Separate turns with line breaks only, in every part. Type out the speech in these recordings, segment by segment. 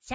シ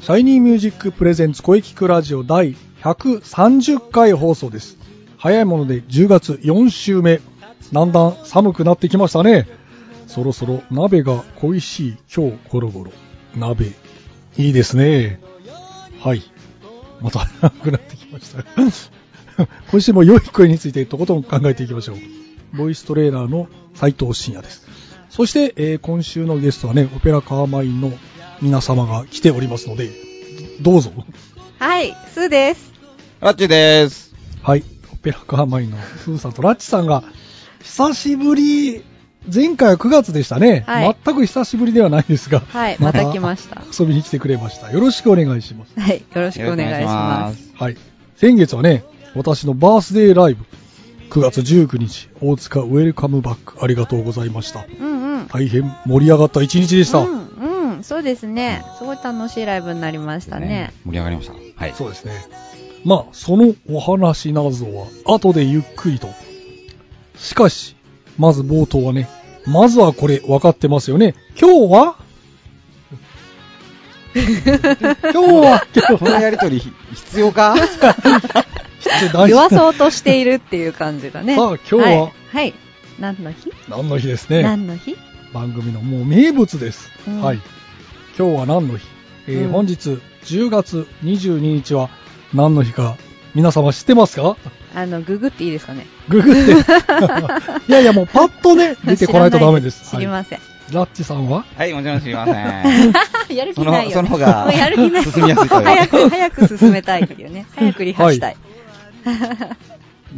シャイニーミュージックプレゼンツ声聞くラジオ第130回放送です。早いもので10月4週目。だんだん寒くなってきましたね。そろそろ鍋が恋しい今日ゴロゴロ。鍋。いいですね。はい。また寒くなってきました。 今週も良い声についてとことん考えていきましょう。ボイストレーナーの斉藤慎也です。そして、えー今週のゲストはね、オペラカーマインの皆様が来ておりますので、どうぞ。
はい、スーです。
ラッチです。
はい。オペラカーマインのスーさんとラッチさんが、久しぶり、前回は9月でしたね。
はい
全く久しぶりではないですが、
はい、また来ました。
遊びに来てくれました。よろしくお願いします。
はい、よろしくお願いします。
す。
はい。先月はね、私のバースデーライブ、9月19日、大塚ウェルカムバック、ありがとうございました。
うんうん。
大変盛り上がった一日でした。
うんうん、そうですね。すごい楽しいライブになりましたね。。
盛り上がりました。はい。
そうですね。まあ、そのお話などは、後でゆっくりと。しかし、まず冒頭はね、まずはこれ分かってますよね。今日 は今日は今日
このやりと り必要か
って大事
弱
な
そうとしているっていう感じがね。
さあ今日はい
はい。何の日
何の日ですね。
何の日
番組のもう名物です。
うん
はい。今日は何の日えー
うん
本日10月22日は何の日か皆様知ってますか
あの、ググっていいですかね。
ググって。 いやいや、もうパッとね、出てこないとダメです。
知ら
は
ないいです知りま
ラッチさんは
はい、もちろん知りません。
せん。 やる気
そ
ない
の、
よ
その
ね。
方が
もうやる気ない。
進みやすいという
早く、早く進めたいっていうね。早くリハしたい。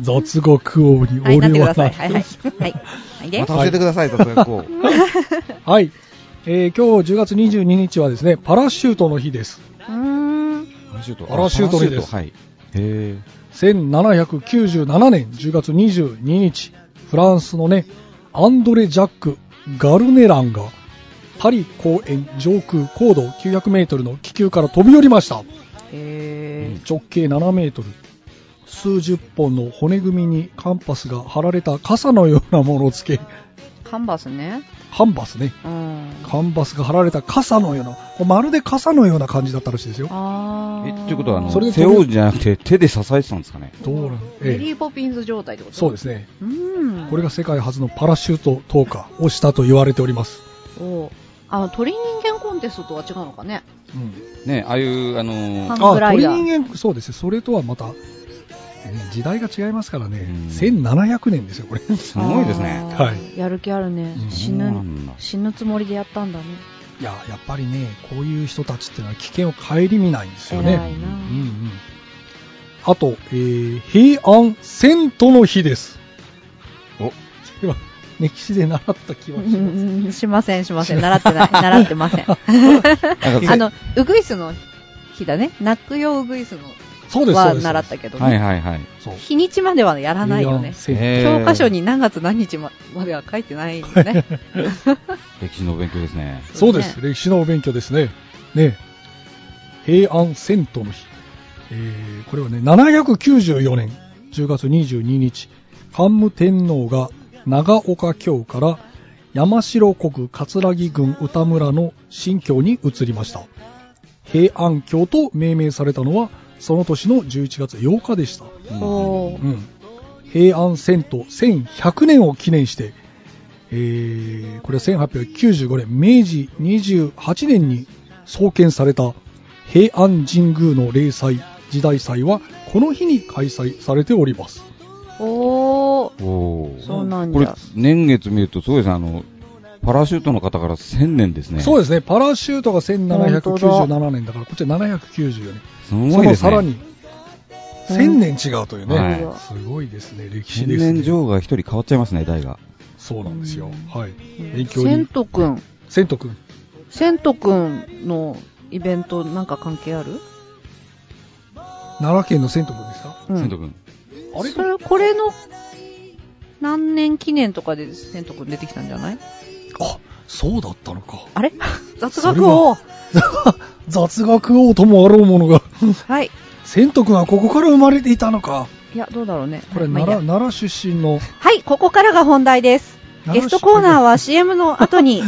雑獄王に
はい、なっ
俺
てく
は
ださ。
ない
はい、はい。はい。はい、で
また教えてください、雑学を。
はい。えー今日10月22日はですね、パラシュートの日です。
うーん。
パラシュート。
パラシュートです
パラシュートはい。へ
1797年10月22日、フランスのね、アンドレ・ジャック・ガルネランが、パリ公園上空高度900メートルの気球から飛び降りました。
へー。
直径7メートル数十本の骨組みにカンパスが貼られた傘のようなものをつけ
カンバスね。
カンバスね
うん。
カンバスが貼られた傘のようなこうまるで傘のような感じだったらしいですよ
あ
え、
ー
ということは、あ
それ
の、
で
背負うんじゃなくて手で支えてたんですかね。
どうなん
メ
え
リ
え
ーポピンズ状態ってこと
そう
で
ですね
す。うん。
これが世界初のパラシュート投下をしたと言われております、
おうあの、鳥人間コンテストとは違うのかね。
うん、
ね、ああいう、あの
ハン
ー、
グライ
鳥
ダー。
人間そうですねそれとはまた、ね時代が違いますからね
うん
1700年ですよこれ
すごいですね。
あー
は。
やる気あるね
うん。
死
そう
ぬ
な、んだ
死ぬつもりでやったんだね。
いややっぱりねこういう人たちってのは危険を顧みないんですよね、
偉いな。
うんうんあと、えー、平安遷都の日です。
お、
では、歴史で習った気はし
うん
ます。
うんしません、しません。習ってない。習ってません。
なんか
あの、ウグイスの日だね。泣くよウグイス
そうで
の
す、そう
は
です。
習ったけど
はい
ね。
はいはい。
そう。
日にちまではやらないよ
平
ね。
安遷都
へー
教科書に何月何日ままでは書いてないよね。
歴史のお勉強ですね。
そうです、歴史のお勉強ですね。ね平安遷都の日。えーこれはね、794年10月22日、桓武天皇が長岡京から山城国葛城郡歌村の新京に移りました。平安京と命名されたのは、その年の11月8日でした。
うん
お
うん、平安遷都1100年を記念して、えーこれは1895年明治28年に創建された平安神宮の例祭時代祭はこの日に開催されております
おー。
おー
そうなん
これ
だ。、
年月見ると、そうですね、あの、パラシュートの方から1000年ですね。
そう
う
ですねパラシュートが1797年だからこっちは794年
す。すごいです
そ
ね。
のさらに1000年違うというね、
はい
すごいですね歴史
新
ですね
年女王が一人変わっちゃいますね、代が。
そうなんですよ。
う
はい。勉強
セン
に。
トくん。
セント君。
セントくんのイベントなんか関係ある
奈良県のセント君ですか
うん
セント君。
あれ
それ、これの、何年記念とかでセントくん出てきたんじゃない
あ、そうだったのか。
あれ 雑学を
雑学王ともあろうも のが。
はい。
セント君はここから生まれていたのか。
いや、どうだろうね。
これ、
まあいい
奈
や
良、奈良出身の。
はい、ここからが本題です。ゲストコーナーは CM の後に、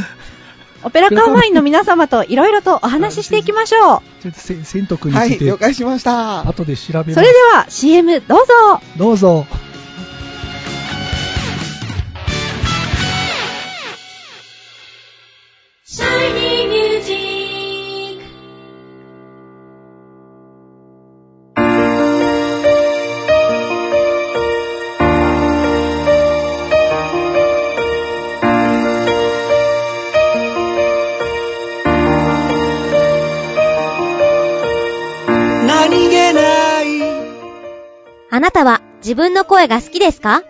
オペラカーワインの皆様といろいろとお話ししていきましょ う。
ちょっとセセント君に
は
つい
い、
て、
了解しました。
後で調べます
それでは CM どうぞ
どうぞ
何気ない。
あなたは自分の声が好きですか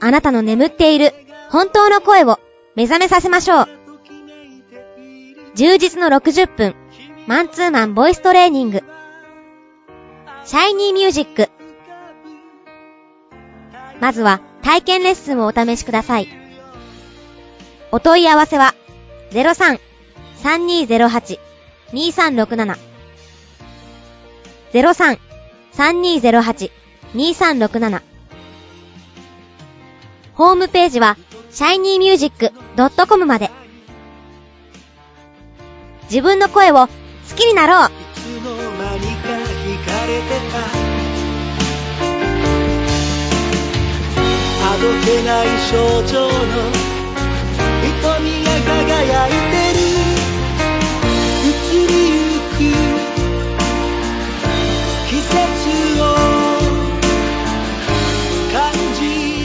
あなたの眠っている本当の声を目覚めさせましょう。充実の60分、マンツーマンボイストレーニング。シャイニーミュージック。まずは体験レッスンをお試しください。お問い合わせは03-3208-2367 03 3208-2367ホームページは shinymusic.com まで自分の声を好きになろう
いつの間にか惹かれてたあどけない症状の瞳が輝いてる移りゆく季節を感じ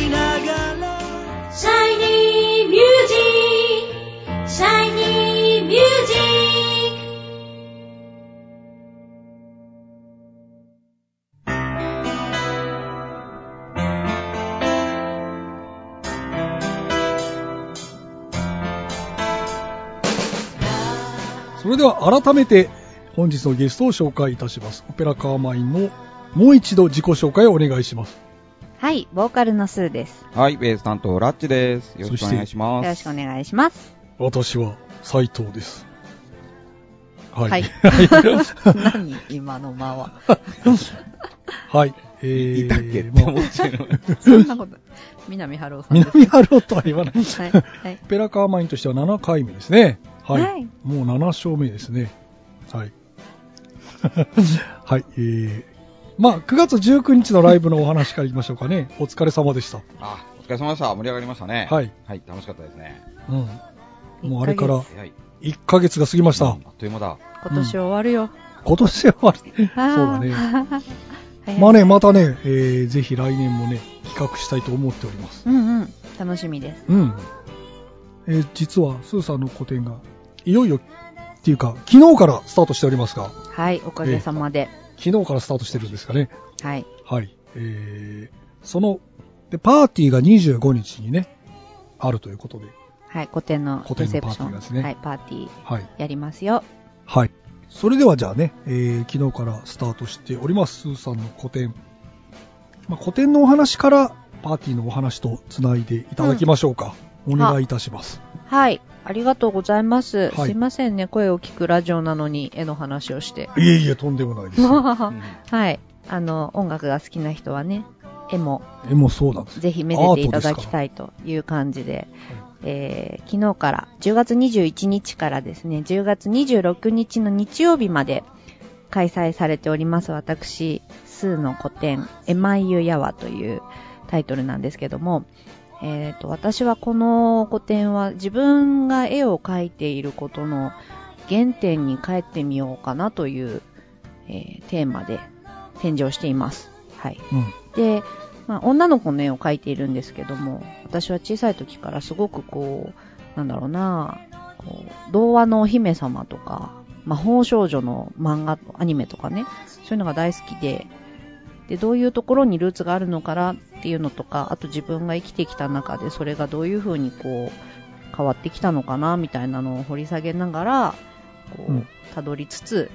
ながら
Shiny Music Shiny Music
それでは改めて本日のゲストを紹介いたしますオペラカーマインのもう一度自己紹介をお願いします
はい、ボーカルのスーです。
はい、ベース担当、ラッチです。よろしくお願いし
よ
ま
ろ
す。
しくお願いします。
私は斉藤ですはい
は
はいい、
何今の間は。
えー、
いたっけって
まあ
思っちゃう の。
そんなこと。南春夫さんです。
南春夫とは言わない
はい、はい。
オペラカーマインとしては7回目ですね。はい。
はい
もう7勝目ですね。はい。 はい。えー、まあ、9月19日のライブのお話からいきましょうかね。お疲れ様でした。
あ、お疲れ様でした。盛り上がりましたね。
はい。
はい、楽しかったですね。
うん。もうあれから
早い。
1ヶ月が過ぎまし
あ
た。
っという間だ。
今年終わるよ。
今年は終わり。
あー
そうだね
はいはい
まあね、またね、えー、ぜひ来年もね、企画したいと思っております。
うんうん。楽しみです。
うん。えー、実は、スーさんの個展が、いよいよ、っていうか、昨日からスタートしておりますが、
はい、おかげさまで。
昨日からスタートしてるんですかね。
はい。
はい。えー、その、で、パーティーが25日にね、あるということで、
はい、古典の
個
レ
展
セ
のパー
プシ
ティーです
ョン。
ね
はい、パーティー
はい。
やりますよ。
はい。それではじゃあね、えー、昨日からスタートしております、スーさんの個展。まあ、個展のお話から、パーティーのお話とつないでいただきましょうか。お願いいたします。
はい。ありがとうございます。
はい
すいませんね。声を聞くラジオなのに絵の話をして。
いえいえ、とんでもないです。
うん
はい。あの、音楽が好きな人はね、絵も
え、もうそうなんです。
ぜひめでていただきたいという感じで、えー昨日から、10月21日からですね、10月26日の日曜日まで開催されております、私、スーの古典、エマイユヤワというタイトルなんですけども、えーと、私はこの古典は自分が絵を描いていることの原点に帰ってみようかなという、えーテーマで展示をしています。はい。
うん。
で、まあ、女の子の絵を描いているんですけども、私は小さい時からすごくこう、なんだろうな、こう童話のお姫様とか、魔法少女の漫画、アニメとかね、そういうのが大好きで、でどういうところにルーツがあるのかなっていうのとかあと自分が生きてきた中でそれがどういうふうにこう変わってきたのかなみたいなのを掘り下げながらこ
う
うんたどりつつ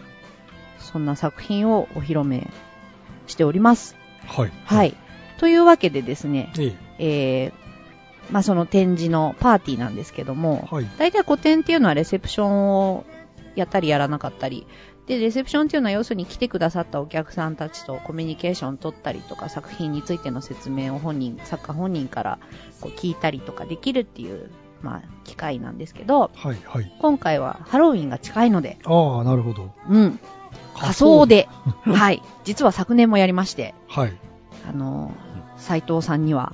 そんな作品をお披露目しております。
はい。
はい、というわけでですね、
ええ
えーまあ、その展示のパーティーなんですけども、
はい。
大体個展っていうのはレセプションをやったりやらなかったり。で、レセプションっていうのは要するに来てくださったお客さんたちとコミュニケーション取ったりとか作品についての説明を本人、作家本人からこう聞いたりとかできるっていう、まあ、機会なんですけど、
はい。はい。
今回はハロウィンが近いので、
ああ、なるほど。
うん、仮装。で、はい、実は昨年もやりまして、
はい。
あの、斎藤さんには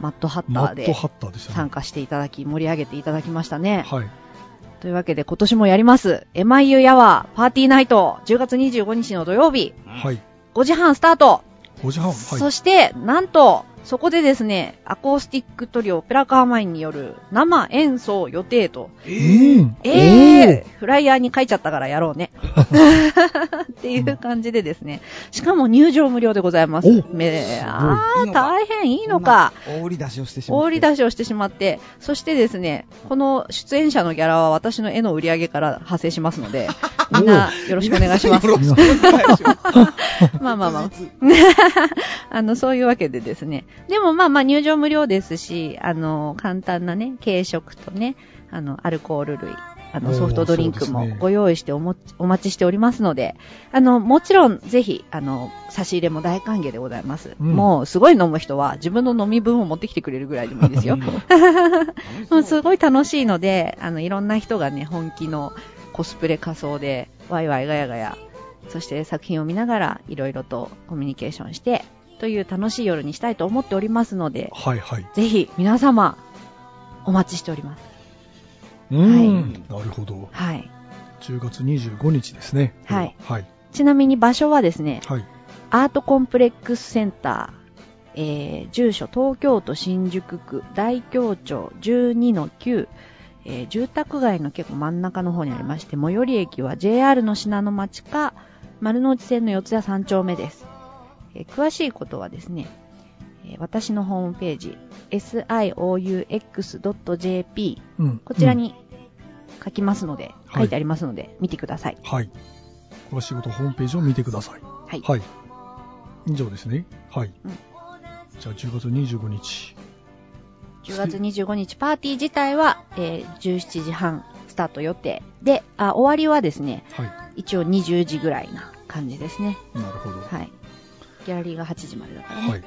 マットハッ
マ
タ
ッ
ー
ト
で
ハッターでした
参
ね。
加していただき、盛り上げていただきましたね。
はい。
というわけで今年もやります。エマイユヤワーパーティーナイト10月25日の土曜日
はい。
5時半スタート、
5時半。は
そ
い。
してなんとそこでですね、アコースティックトリオペラカーマインによる生演奏予定と。
うん。
えー、フライヤーに書いちゃったからやろう ね。っていう感じでですね。しかも入場無料でございます。
お
め
すごい
あ
いい
ー、
のか
大変いいのか。
大売り出しをしてしまって
大売り出しをしてしまって、そしてですね、この出演者のギャラは私の絵の売り上げから派生します ので、みんなよろしくお願いします。
よろしくお願いします
まあまあまあ。 あの、そういうわけでですね。でもまあまあ入場無料ですし、あの、簡単なね、軽食とね、あの、アルコール類、あ
お
の、
ー
ソフトドリンク
そうで
も
すね
ご用意しておもお待ちしておりますので、あの、もちろんぜひ、あの、差し入れも大歓迎でございます。
うん
もうすごい飲む人は自分の飲み分を持ってきてくれるぐらいでもいいですよ。 うんすごい楽しいので、あの、いろんな人がね、本気のコスプレ仮装で、ワイワイガヤガヤ、そして作品を見ながら、いろいろとコミュニケーションして、という楽しい夜にしたいと思っておりますので、
はい。はい。
ぜひ皆様、お待ちしております。
うん。なるほど。
はい。
10月25日ですね。
はい。
はい。
ちなみに場所はですね、
はい。
アートコンプレックスセンター、えー住所東京都新宿区大京町12-9、えー住宅街の結構真ん中の方にありまして、最寄り駅は JR の信濃町か丸の内線の四谷三丁目です。えー詳しいことはですね、えー私のホームページ、sioux.jp、
うん。
こちら
うん。
に書きますので、
はい
書いてありますので、見てください。
はい。詳しいことホームページを見てください。
はい。
はい。以上ですね。はい。
うん
じゃあ10月25日。
10月25日パーティー自体は、えー17時半スタート予定であ終わりはですね
はい。
一応20時ぐらいな感じですね
なるほど。
はいギャラリーが8時までだからね、
はい。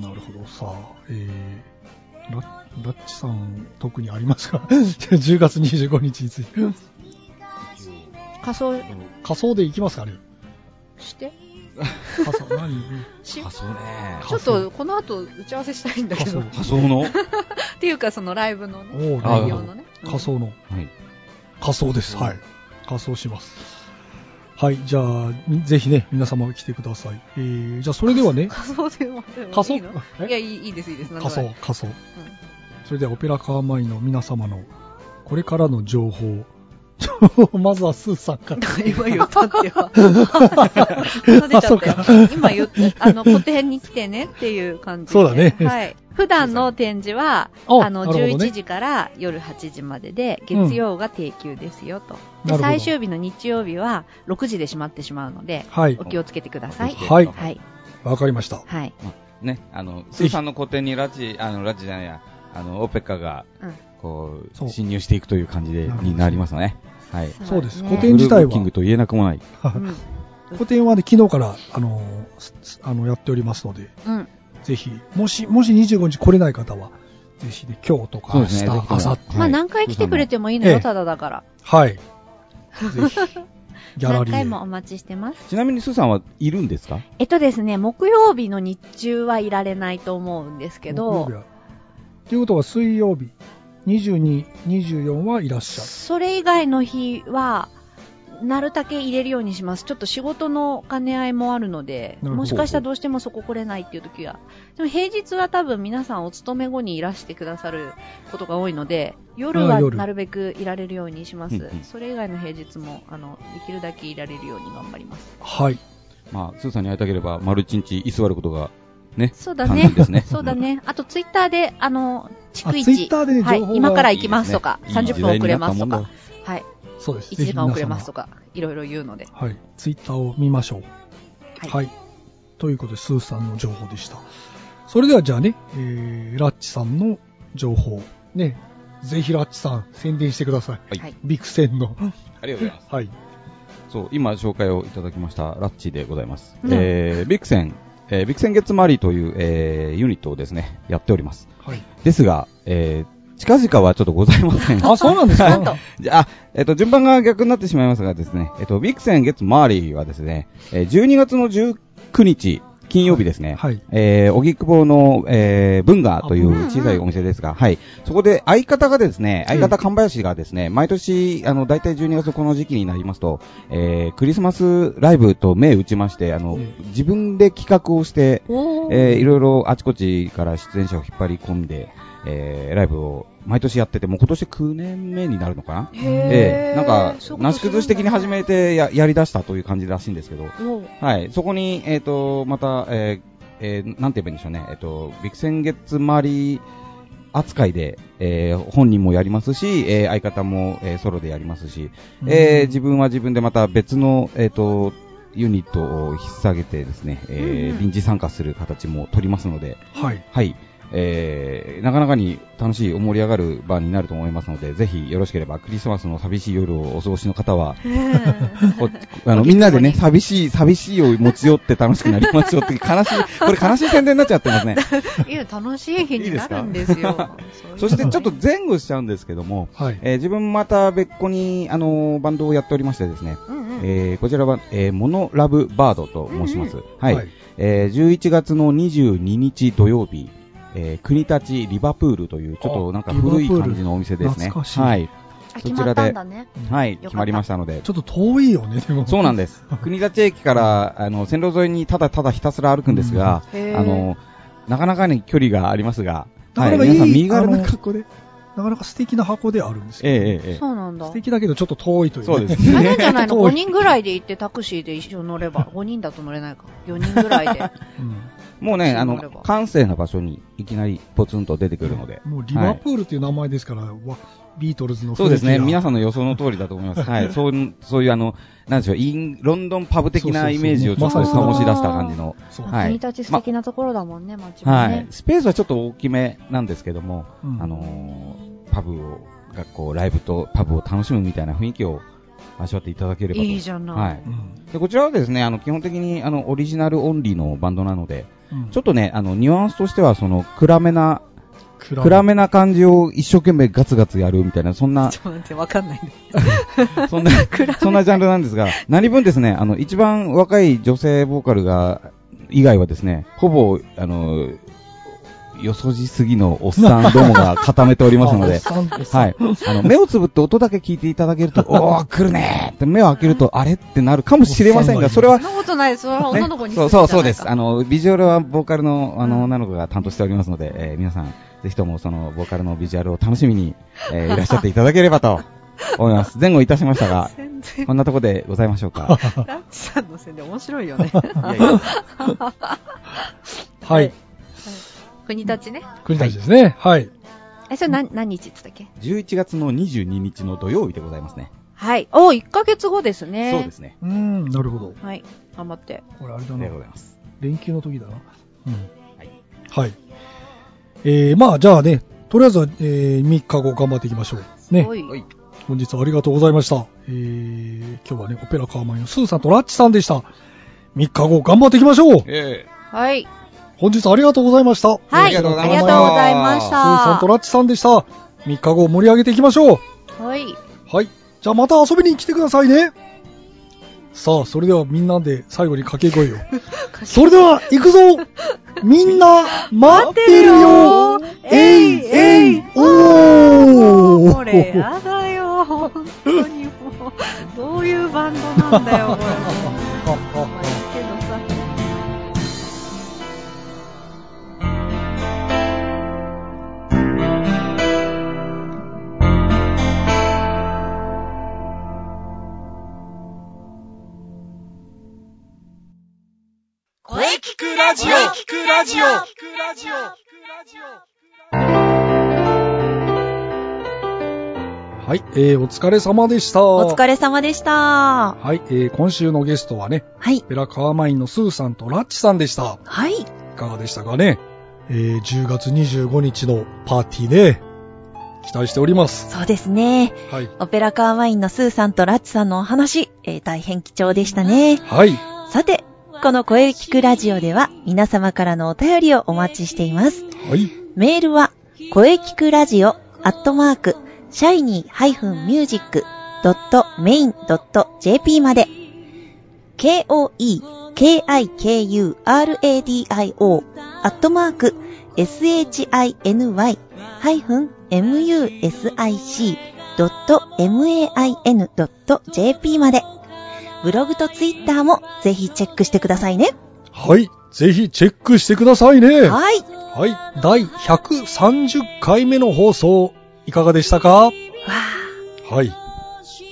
なるほど。さあ、えー、ララッチさん、特にありますか ?10 月25日について。
仮装
仮装で行きますかね
して
仮装、 何
し
あそうね
ちょっとこの後打ち合わせしたいんだけ
仮
ど
装
っ。
仮想のは
ていうかそのライブのね
おー
内容のねうん
仮装の。
い。
仮装です。はい。仮装します。はい。じゃあ、ぜひね、皆様来てください。えー、じゃあ、それでは ね、
仮装でもで
仮
も
装
いいのいやいいいいですいいですなん
仮
でもな
想
い、
仮想。それではオペラカーマインの皆様のこれからの情報。情報 まずはスーさんから。
今言った っては。今出ちゃったよ。今言った、あの、古典に来てねっていう感じで。
そうだね
はい。普段の展示は、
あ
あ
な
の、
るほどね
11時から夜8時までで、月曜が定休ですよと。
なるほ
で
ど
最終日の日曜日は6時で閉まってしまうので、
はい
お。気をつけてください。
は
はいい。
はい。
わかりました。
はい。
ね、あの、スーさんの個展にラ チ、あの、ラチじゃないや、あの、オペカが、
うん
こ
そう
う、侵入していくという感じで、
なるほど
になりますね。はい。
そうです
ね
古典自体は
ブルーブッキングと言えなくもない。
うん。
個展はね、昨日から、あのーすすあの、やっておりますので、
うん。
ぜひ、もし、もし25日来れない方は、ぜひね、今日とか
そう
明
で
日、
すね
明
ぜひとも
後日。
はい
まあ何回来てくれてもいいの
ええ
よ、ただだから。
はい。ぜ ひ、ギャラ
何
リー
回
へ。
もお待ちしてます。
ちなみにスーさんはいるんですか
えっとですね、木曜日の日中はいられないと思うんですけ
木曜日
ど、
はということは、水曜日、22、24はいらっしゃる。
それ以外の日は、なるだけ入れるようにします。ちょっと仕事の兼ね合いもあるので、
なるほど
もしかしたらどうしてもそこ来れないっていう時は。でも平日は多分皆さんお勤め後にいらしてくださることが多いので、夜
あ
は
夜
なるべくいられるようにしま
う
す
んうん。
それ以外の平日も、あの、できるだけいられるように頑張ります。
はい。
まあ、スーさんに会いたければ、丸一日居座ることが、ね。
そうだね
簡単ですね。
そうだね。あと、ツイッターで、あの、逐
あツイ
一。
ッターでね
はい
情報が
今から行きますとか、
いいですね
30分遅れますと
いい時代になったもん
か
だ、
はい。
そうです。
1時間遅れますと
か。
か、いろいろ言うので。
はい。ツイッターを見ましょう。
はい
はい。ということで、スーさんの情報でした。それではじゃあね、えー、ラッチさんの情報。ね、ぜひラッチさん、宣伝してください。
はい
はい
ビクセンの。
ありがとうございます。
はい。
そう、今紹介をいただきました、ラッチでございます。
うん
えー、ビクセン、えービクセンゲッツマリーという、えー、ユニットをですね、やっております。
はい。
ですが、えー、近々はちょっとございま せん。
あ、そうなんです
なんと
か。
じゃあ、えっと、順番が逆になってしまいますがですね、えっと、ビクセンゲッツマーリーはですね、えー12月の19日、金曜日ですね。
はい。
えー、おぎくぼの、えー、文ガとい
あ
う
文雅
小さいお店ですが、はい。そこで相方がですね、相方神林がですね、毎年、あの、大体12月のこの時期になりますと、えー、クリスマスライブと銘打ちまして、あの
え、
自分で企画をして、
おー。
えーいろいろあちこちから出演者を引っ張り込んで、えーライブを毎年やってて、もう今年9年目になるのかなええなんか、なし崩し的に始めてややり出したという感じらしいんですけど、
おー
はい、そこに、えっ、と、また、えーえーなんて言えばいいんでしょうね、えっ、と、ビクセンゲッツマリー扱いで、えー本人もやりますし、えー相方も、えーソロでやりますし、えー自分は自分でまた別の、えっ、と、ユニットを引っ提げてですね、えー
うんうん
臨時参加する形も取りますので、
はい。
はい、えー、なかなかに楽しい、盛り上がる場になると思いますので、ぜひよろしければクリスマスの寂しい夜をお過ごしの方は、こ あのみんなで ね、寂しい、寂しいを持ち寄って楽しくなりましょうっていう、悲しい、これ悲しい宣伝になっちゃってます ね。
いや、楽しい日になるんですよ。
そしてちょっ
と、
と前後しちゃうんですけども、
はい。
えー自分また別個に、あのーバンドをやっておりましてですね、
うんうん
えーこちらは、えーモノラブバードと申します。はい、
はい
えー11月の22日土曜日、えー国立リバプールという、ちょっとなんか古い
リバプール
感じのお店ですね。
懐かしい
はい。
あ
そ
決
ち
ま
らで
ったんだね。
はい、
よかった
決まりましたので
ち。ょっと遠いよね、でも。
そうなん
で
です。国立駅から、あの、線路沿いにただただひたすら歩くんですが、
へー
あの、なかなかに距離がありますが、
なかなかいい、
皆さん身軽
あ
な
の
格好で。
なかなか素敵な箱であるんですけ
ええ
ど、
えええ
そうなんだ
素。敵だけどちょっと遠いという、
え。そうです
あれ
ね。
じゃないの
遠い
?5 人ぐらいで行ってタクシーで一緒に乗れば、5人だと乗れないか。4人ぐら いで。
うん
もうね、あ
そうなれば
の、閑静な場所にいきなりポツンと出てくるので。
もうリバプールという名前ですから、わビートルズの
そうですね。皆
さ
さんの予想の通りだと思います。はい。そう、そういうあの、なんでしょう、イン、ロンドンパブ的なイメージをちょっと
そうそうそう
醸し出した感じの。
ん、そう、
はい
国立素敵なところだもんね、街もね。
はい。スペースはちょっと大きめなんですけども、
うん。
あのーパブを、学校、ライブとパブを楽しむみたいな雰囲気を味わっていただければと。
いいじゃない
はいう
ん
で、こちらはですね、あの、基本的に、あの、オリジナルオンリーのバンドなので、
うん
ちょっとね、あの、ニュアンスとしては、その、暗めな、
暗
暗めな感じを一生懸命ガツガツやるみたいな、そんな
ちょ、っと待って、わかんないね。
そんな、そんなジャンルなんですが、何分ですね、あの、一番若い女性ボーカルが、以外はですね、ほぼ、あの、よそじすぎのおっさんどもが固めておりますの で、
あおっさんおっさん
はい。あの、目をつぶって音だけ聞いていただける と、おー、来るねーって目を開けると、あれってなるかもしれませんが、それ
そ
は
んなことないです。それは女の子に
ねそう
失礼
そ
じゃな
う
いか
そうです。あの、ビジュアルはボーカルの、あ
うん
の、女の子が担当しておりますので、えー皆さん、ぜひともその、ボーカルのビジュアルを楽しみに、 えーいらっしゃっていただければと思います。前後いたしましたが、
全然、
こんなとこでございましょう か。
ラッチさんの宣伝面白いよ ね。
はい。
国立ね。
国立ですね。はい。
え、それ何何日ってったっけ
11月の22日の土曜日でございますね。
はい。おー、1ヶ月後ですね。
そうですね。
うん、なるほど。
はい。頑張って。
これあれ
あ
だ
り
な
がとう。ございます。
連休の時だな。うん。
は
はいい。えー、まあ、じゃあね、とりあえずは、えー、3日後頑張っていきましょう。ね
お。い。
はい
本日はありがとうございました。えー、今日はね、オペラカーマンのスーさんとラッチさんでした。3日後頑張っていきましょう。
え
はい。
本日はありがとうございました。
はい。あ
あ
り
り
が
がと
とう
う
ご
ご
ざ
ざ
い
い
ま
ま
し
し
ス
た
た。
ーさんとラッチさんでした。3日後盛り上げていきましょう。
はい。
はい。じゃあまた遊びに来てくださいね。さあ、それではみんなで最後に掛け声を。それでは、行くぞみんな、待ってるよえいえいおー
これやだよ。本当にもう。どういうバンドなんだよ、これ。まあいいけどさ。
ラジオ聞くラジオ
はい、えー、お疲れ様でした。
お疲れ様でした。
はい、えー、今週のゲストはね、
はい。
ペラカーマインのスーさんとラッチさんでした。
はい。
いかがでしたかねえー、10月25日のパーティーね、期待しております。
そうですね。
はい。
オペラカーワインのスーさんとラッチさんのお話、えー大変貴重でしたね。
はい。
さて、この声聞くラジオでは皆様からのお便りをお待ちしています。
はい。
メールは、声聞くラジオアットマーク、シャイニー -music.main.jp まで、k-o-e-k-i-k-u-r-a-d-i-o アットマーク、shiny-music.main.jp まで、ブログとツイッターもぜひチェックしてくださいね。
はい。ぜひチェックしてくださいね。は
はい。
い。第130回目の放送、いかがでしたか
わ
はい。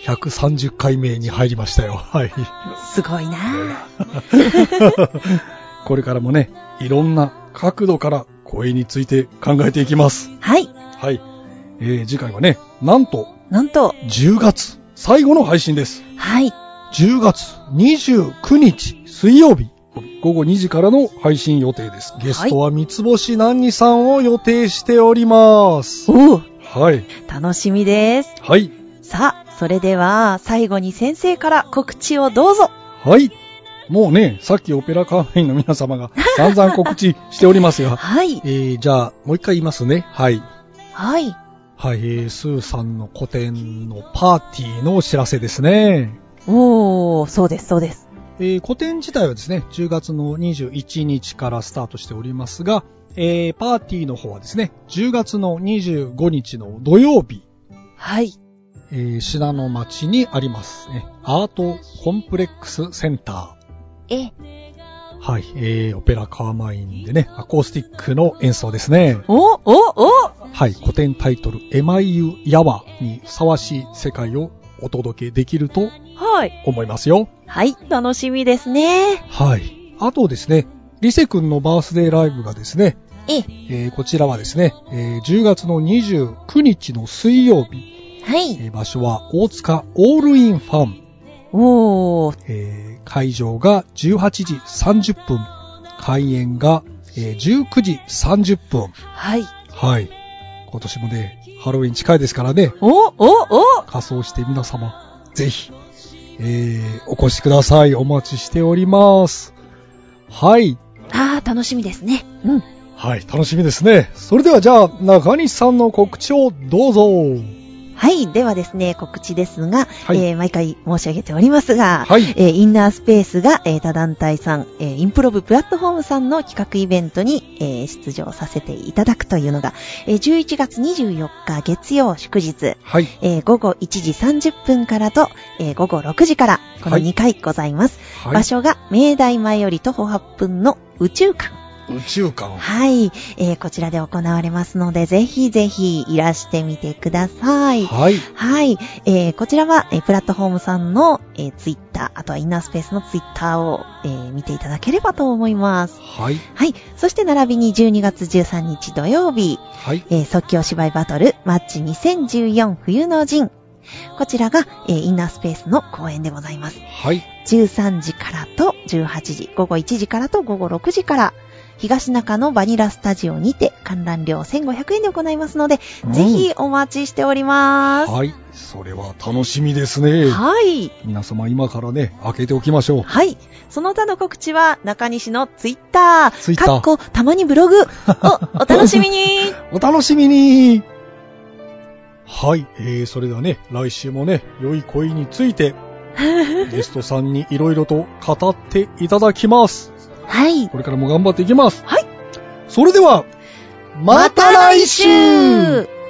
130回目に入りましたよ。はい。
あ、すごいなあ
これからもね、いろんな角度から声について考えていきます。
はい。
はい。えー、次回はね、なんと
なんと、
10月最後の配信です。
はい。
10月29日水曜日午後2時からの配信予定です。ゲストは三つ星何にさんを予定しております。
おお、
はい。
楽しみです。
はい。
さあ、それでは、最後に先生から告知をどうぞ。
はい。もうね、さっきオペラカーフェインの皆様 が散々告知しておりますが、
はい。
えー、じゃあ、もう一回言いますね。はい。
はい。
はい、えー、スーさんの個展のパーティーのお知らせですね。
おー、そうです、そうです。
えー、個展自体はですね、10月の21日からスタートしておりますが、えー、パーティーの方はですね、10月の25日の土曜日、
はい。
えー、品の町にあります、ね、アートコンプレックスセンタ
え、
ー。はい、えー、オペラカーマインでね、アコースティックの演奏ですね。
お、お、お、
はい、古典タイトル、エマイユ・ヤワにふさわしい世界をお届けできると
はい。
思いますよ。
はい、楽しみですね。
はい。あとですね、リセ君のバースデーライブがですね、
え
えーこちらはですね、えー10月の29日の水曜日、
はい。
えー場所は大塚オールインファン、
おー、
えー会場が18時30分、開演が、えー19時30分。
はい。
はい。今年もね、ハロウィン近いですからね、
お、お、お、
仮装して皆様、ぜひ、えー、お越しください。お待ちしております。はい。
あー、楽しみですね。うん。
はい、楽しみですね。それではじゃあ、中西さんの告知をどうぞ。
はい。ではですね、告知ですが、
はい
えー毎回申し上げておりますが、
はい
えーインナースペースが、えー他団体さん、えーインプロブプラットフォームさんの企画イベントに、えー出場させていただくというのが、えー11月24日月曜祝日、
はい。
えー午後1時30分からと、えー午後6時から、この
はい
2回ございます。
はい
場。所が、明大前より徒歩8分の宇宙館。
宇宙館。
はい、えーこちらで行われますので、ぜひぜひいらしてみてください。
はい。
はい。えーこちらは、えープラットフォームさんの、えツイッター Twitter あとはインナースペースのツイッターを、えー見ていただければと思います。
はい。
はい。そして、並びに12月13日土曜日、
はい。
えー即興芝居バトル、マッチ2014冬の陣。こちらが、えーインナースペースの公演でございます。
はい。
13時からと18時、午後1時からと午後6時から、東中のバニラスタジオにて観覧料1500円で行いますので、
うん
ぜひお待ちしております。
はい。それは楽しみですね。
はい。
皆様今からね、開けておきましょう。
はい。その他の告知は、中西のツイッター、
ツイッター
かっこ、たまにブログをお楽しみ に
お楽しみにはい。えー、それではね、来週もね、良い恋について、ゲストさんにいろいろと語っていただきます。
はい。
これからも頑張っていきます。
はい。
それでは、また来週
また来週